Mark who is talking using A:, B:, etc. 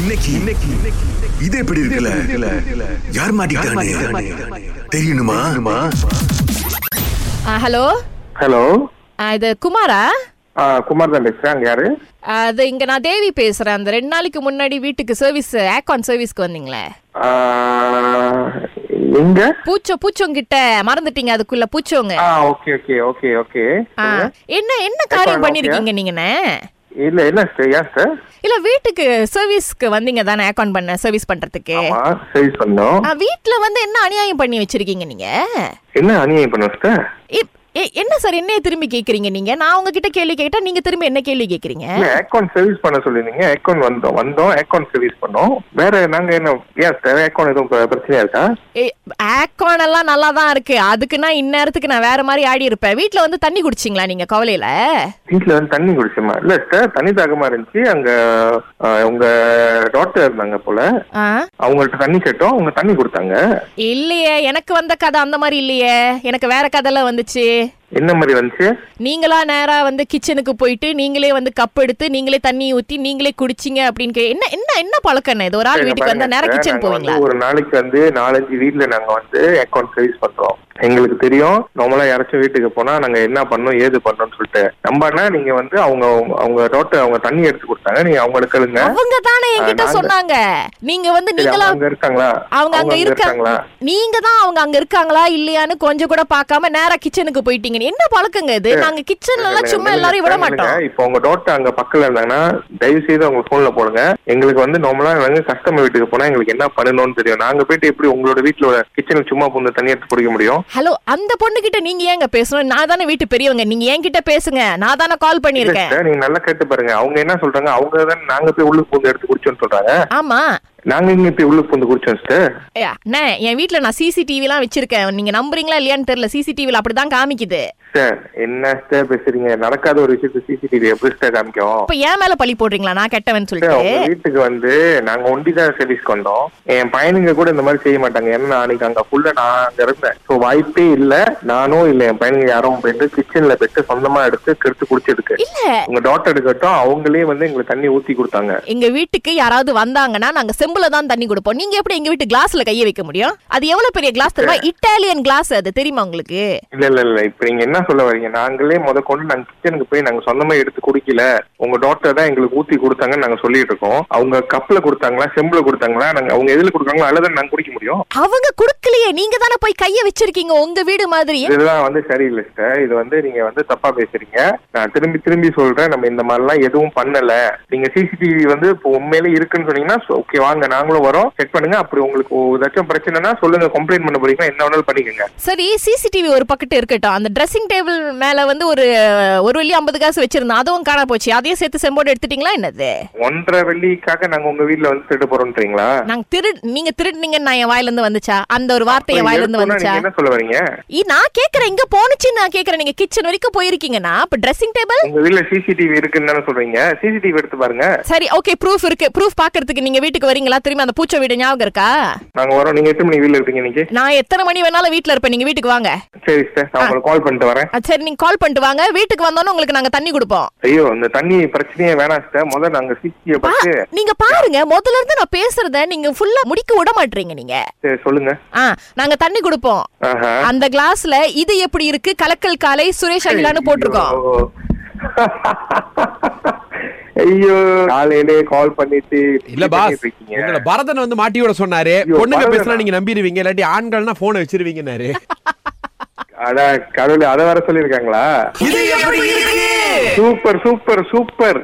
A: இன்னைக்கு இன்னைக்கு இது எப்படி இருக்குல்ல யார் மாட்டிக்கிட்டானே தெரியணுமா
B: ஹலோ
C: ஹலோ
B: இது குமாரா
C: குமார் தான் பேசுறேன் அங்க யாரு
B: ஆ, அது இங்க நான் தேவி பேசுறேன் அந்த ரெண்டு நாளைக்கு முன்னாடி வீட்டுக்கு சர்வீஸ் ஏக்கான் சர்வீஸ்க்கு வந்தீங்களே
C: ஆ, எங்க
B: பூச்சோ பூச்சோங்கிட்ட மறந்துட்டீங்க அதுக்குள்ள பூச்சோங்க
C: ஆ ஓகே ஓகே ஓகே ஓகே
B: ஆ, என்ன என்ன காரியம் பண்ணிருக்கீங்க நீங்கண்ணே
C: இல்ல என்ன சார் ஏன் சார்
B: இல்ல வீட்டுக்கு சர்வீஸ்க்கு வந்தீங்க தானே ஏக்கான் பண்ண சர்வீஸ் பண்றதுக்கு
C: ஆமா சர்வீஸ் பண்ணோம்
B: ஆ, வீட்ல வந்து என்ன அநியாயம் பண்ணி வச்சிருக்கீங்க நீங்க
C: என்ன அநியாயம் பண்ணோம் சார்
B: இப்- எ- என்ன சார் என்ன திரும்பி கேக்குறீங்க நீங்க நான் உங்ககிட்ட கேள்வி கேட்டா நீங்க திரும்பி என்ன கேள்வி கேக்குறீங்க
C: இல்ல அக்கௌண்ட் சர்வீஸ் பண்ண சொல்லிருந்தீங்க அக்கௌண்ட் வந்தோம் வந்தோம் அக்கௌண்ட் சர்வீஸ் பண்ணோம் வேற நாங்க என்ன ஏன் சார் அக்கௌண்ட் எதுவும் பிர- பிரச்சனையா இருக்கா
B: ஆக்கான் எல்லாம் நல்லா தான் இருக்கு அதுக்கு நான் இந்நேரத்துக்கு நான் வேற மாதிரி ஆடி இருப்பேன் வீட்ல வந்து தண்ணி குடிச்சிங்களா நீங்க கவலையில
C: வீட்ல வந்து தண்ணி குடிச்சோமா இல்ல சார் தண்ணி தாகமா இருந்துச்சு அங்க ஆ, உங்க டாக்டர் இருந்தாங்க போல
B: ஆ?
C: அவங்கள்ட்ட தண்ணி கேட்டோம் அவங்க தண்ணி கொடுத்தாங்க
B: இல்லையே எனக்கு வந்த கதை அந்த மாதிரி இல்லையே எனக்கு வேற கதைலாம் வந்துச்சு
C: என்ன மாதிரி வந்துச்சு
B: நீங்களா நேரா வந்து கிச்சனுக்கு போயிட்டு நீங்களே வந்து கப் எடுத்து நீங்களே தண்ணி ஊத்தி நீங்களே குடிச்சிங்க அப்படின்னு கே- என்ன என்ன என்ன பழக்கம் இது ஒரு ஆள்
C: இல்ல,
B: வீட்டுக்கு
C: பாருங்க
B: வந்தா நேரா
C: சார்,
B: கிச்சன்
C: நாங்க வந்து
B: போவீங்களா
C: ஒரு நாளைக்கு வந்து நாலஞ்சு வீட்ல நாங்க வந்து அக்கௌண்ட் சர்வீஸ் பண்றோம் எங்களுக்கு தெரியும் நார்மலா யாராச்சும் வீட்டுக்கு போனா நாங்க என்ன பண்ணோம் ஏது பண்ணோம்னு சொல்லிட்டு நம்பனா நீங்க வந்து அவங்க அவங்க டாக்டர் அவங்க தண்ணி எடுத்து கொடுத்தாங்க நீங்க அவங்களுக்கு எழுங்க
B: அவங்க தானே என்கிட்ட
C: நாங்க-
B: சொன்னாங்க நீங்க வந்து
C: சரி, அவங்க
B: நீங்களா
C: அங்க இருக்காங்களா
B: அவங்க அங்க இருக்காங்க
C: இருக்காங்களா
B: நீங்க தான் அவங்க அங்க இருக்காங்களா இல்லையான்னு கொஞ்சம் கூட பார்க்காம நேரா கிச்சனுக்கு போயிட்டீங்க என்ன பழக்கங்க இது நாங்க கிச்சன்ல எல்லாம் சும்மா எல்லாரும் விட மாட்டோம்
C: இப்போ உங்க டாக்டர் அங்க பக்கத்துல இருந்தாங்கன்னா தயவு செய்து அவங்க போன்ல போடுங்க எங்களுக்கு வந்து நார்மலா நாங்க கஸ்டமர் வீட்டுக்கு போனா எங்களுக்கு என்ன பண்ணணும்னு தெரியும் நாங்க போயிட்டு எப்படி உங்களோட வீட்டுல கிச்சனுக்கு சும்மா பூந்து தண்ணி எடுத்து பிடிக்க முடியும்
B: ஹலோ அந்த பொண்ணு கிட்ட நீங்க ஏங்க பேசணும் நான் தானே வீட்டு பெரியவங்க நீங்க என்கிட்ட பேசுங்க நான் தானே கால்
C: இல்ல
B: பண்ணிருக்கேன்
C: sister, நீங்க நல்லா கேட்டு பாருங்க அவங்க என்ன சொல்றாங்க அவங்க தான் நாங்க போய் உள்ளுக்கு பூந்து எடுத்து குடிச்சோம்னு சொல்றாங்க
B: ஆமா
C: நாங்க இங்க போய் உள்ளுக்கு பூந்து குடிச்சோம் சிஸ்டர்
B: ஏ, அண்ணே என் வீட்ல நான் சிசிடிவி எல்லாம் வச்சிருக்கேன் நீங்க நம்புறீங்களா இல்லையான்னு தெரியல சிசிடிவில அப்படிதான் காமிக்குது
C: சார் என்ன சிஸ்டர் பேசுறீங்க நடக்காத ஒரு விஷயத்த சிசிடிவி எப்படி சிஸ்டர் காமிக்கும்
B: இப்ப ஏன் மேல பழி போடுறீங்களா நான் கெட்டவன்
C: Sir,
B: சொல்லிட்டு
C: உங்க வீட்டுக்கு வந்து நாங்க ஒண்டிதான் சர்வீஸ்க்கு வந்தோம் என் பையனுங்க கூட இந்த மாதிரி செய்ய மாட்டாங்க ஏன்னா அன்னைக்கு அங்க ஃபுல்லா நான் அங்க இருந்தேன் ஸோ வாய்ப்பே இல்ல நானும் இல்ல என் பையனுங்க யாரும் போயிட்டு கிச்சன்ல போயிட்டு சொந்தமா எடுத்து கெடுத்து குடிச்சதுக்கு
B: இல்ல
C: உங்க டாக்டர் எடுக்கட்டும் அவங்களே வந்து எங்களுக்கு தண்ணி ஊத்தி கொடுத்தாங்க
B: எங்க வீட்டுக்கு யாராவது வந்தாங்கன்னா நாங்க செம்புல தான் தண்ணி கொடுப்போம் நீங்க எப்படி எங்க வீட்டு கிளாஸ்ல கைய வைக்க முடியும் அது எவ்வளவு பெரிய கிளாஸ் தெரியுமா இட்டாலியன் கிளாஸ் அது தெரியுமா உங்களுக்கு
C: இல்ல இல்ல இல்ல இப்ப நீங்க என்ன சொல்ல வரீங்க நாங்களே முத கொண்டு நாங்க கிச்சனுக்கு போய் நாங்க சொந்தமா எடுத்து குடிக்கல உங்க டாக்டர் தான் எங்களுக்கு ஊத்தி கொடுத்தாங்கன்னு நாங்க சொல்லிட்டு இருக்கோம் அவங்க கப்ல கொடுத்தாங்களா செம்புல கொடுத்தாங்களா நாங்க அவங்க எதுல கொடுத்தாங்களோ அல்லதான் நாங்க குடிக்க முடியும்
B: அவங்க குடுக்கலையே நீங்க தானே போய் கைய வச்சிருக்கீங்க உங்க வீடு மாதிரி
C: இதெல்லாம் வந்து சரியில்லை சார் இது வந்து நீங்க வந்து தப்பா பேசுறீங்க நான் திரும்பி திரும்பி சொல்றேன் நம்ம இந்த மாதிரிலாம் எதுவும் பண்ணல நீங்க சிசிடிவி வந்து இப்போ உண்மையிலே இருக்குன்னு சொன்னீங்கன்னா ஓகே வாங்க நாங்களும் வரோம் செக் பண்ணுங்க அப்படி உங்களுக்கு ஏதாச்சும் பிரச்சனைனா சொல்லுங்க கம்ப்ளைண்ட் பண்ண போறீங்கன்னா என்ன வேணாலும் பண்ணிக்கோங்க
B: சரி சிசிடிவி ஒரு பக்கத்து இருக்கட்டும் அந்த ட்ரெஸ்ஸிங் டேபிள் மேல வந்து ஒரு ஒரு வெள்ளி ஐம்பது காசு வச்சிருந்தோம் அதுவும் காணா போச்சு அதையும் சேர்த்து செம்போடு எடுத்துட்டீங்களா என்னது
C: ஒன்றரை வெள்ளிக்காக நாங்க உங்க வீட்டுல வந்து திருட்டு போறோம்ன்றீங்களா
B: நாங்க திரு நீங்க திருடுனீங்கன்னு நான் என் வாயில இருந்து வந்துச்சா அந்த ஒரு வார்த்தை என் வாயில இருந்து
C: எடுத்தோன்னா
B: வந்துச்சா
C: நீங்க என்ன சொல்ல வரீங்க
B: இ, நான் கேக்குறேன் இங்க போனுச்சுன்னு நான் கேக்குறேன் நீங்க கிச்சன் வரைக்கும் போயிருக்கீங்கன்னா இப்ப ட்ரெஸ்ஸிங் டேபிள்
C: உங்க வீட்ல சிசிடிவி இருக்குன்னு தானே சொல்றீங்க சிசிடிவி எடுத்து பாருங்க
B: சரி ஓகே ப்ரூஃப் இருக்கு ப்ரூஃப் பாக்குறதுக்கு நீங்க வீட்டுக்கு வரீங்களா திரும்பி அந்த பூச்சை வீடு ஞாபகம் இருக்கா
C: நாங்க வரோம் நீங்க எட்டு மணி வீட்ல இருப்பீங்க இன்னைக்கு
B: நான் எத்தனை மணி வேணாலும் வீட்ல இருப்பேன் நீங்க வீட்டுக்கு வாங்க
C: சரி சார் நான் உங்களுக்கு கால் பண்ணிட்டு வரேன்
B: அஹ் சரி நீங்க கால் பண்ணிட்டு வாங்க வீட்டுக்கு வந்தோன்னு உங்களுக்கு நாங்க தண்ணி கொடுப்போம்
C: ஐயோ இந்த தண்ணி பிரச்சனையே வேணாம் சார் முதல்ல நாங்க சிசிடிவி
B: பா-
C: பார்த்து
B: நீங்க பாருங்க முதல்ல இருந்து நான் பேசுறத நீங்க ஃபுல்லா முடிக்க விட மாட்டீங்க நீங்க
C: சரி சொல்லுங்க
B: ஆ நாங்க தண்ணி கொடுப்போம்
C: ஆஹா.
B: அந்த கிளாஸ்ல இது எப்படி இருக்கு கலக்கல் காலை சுரேஷ் அகிலான்னு போட்டிருக்கோம்
C: ஐயோ. ஐயோ காலையிலே கால் பண்ணிட்டு இப்படி
D: இல்ல பாஸ்
C: பண்ணிட்டு இருக்கீங்க.
D: உங்களை பரதன் வந்து மாட்டியோட சொன்னாரு
C: ஐயோ,
D: பொண்ணுங்க
C: பரதனா?
D: பேசினா நீங்க நம்பிடுவீங்க இல்லாட்டி ஆண்கள்னா போனை வச்சிருவீங்கன்னாரு
C: அதான் கடவுளே அதை வர சொல்லிருக்காங்களா
D: இது எப்படி இருக்கு
C: சூப்பர் சூப்பர் சூப்பர்